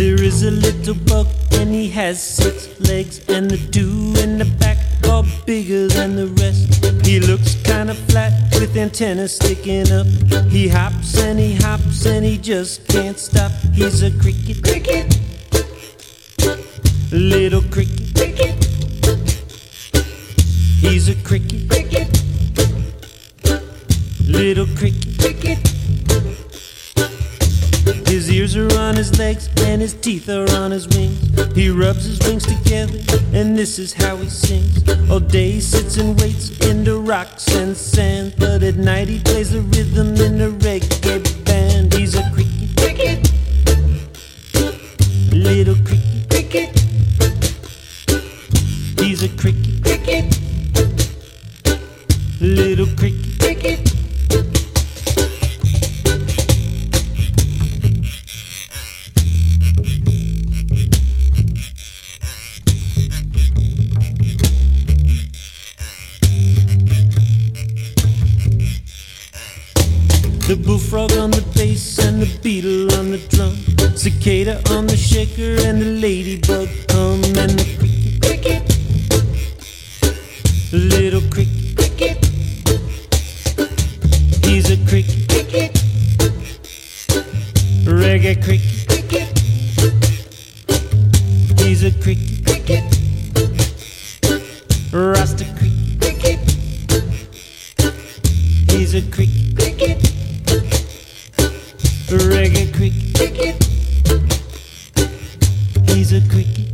There is a little buck and he has six legs and the two in the back are bigger than the rest. He looks kinda flat with antennae sticking up. He hops and he hops and he just can't stop. He's a cricket, cricket, little cricket, cricket. He's a cricket, cricket, little cricket, cricket. His ears are on his legs and his teeth are on his wings. He rubs his wings together and this is how he sings. All day he sits and waits in the rocks and sand, but at night he plays the rhythm in a reggae band. He's a cricket, cricket, little cricket, cricket. He's a cricket, cricket, little cricket, cricket. The bullfrog on the bass and the beetle on the drum, cicada on the shaker and the ladybug hum and the cricket, cricket, little cricket, cricket. He's a cricket, cricket, reggae cricket, cricket. He's a cricket, cricket, rasta cricket, cricket. He's a cricket, cricket. Reggae cricket, cricket. He's a cricket.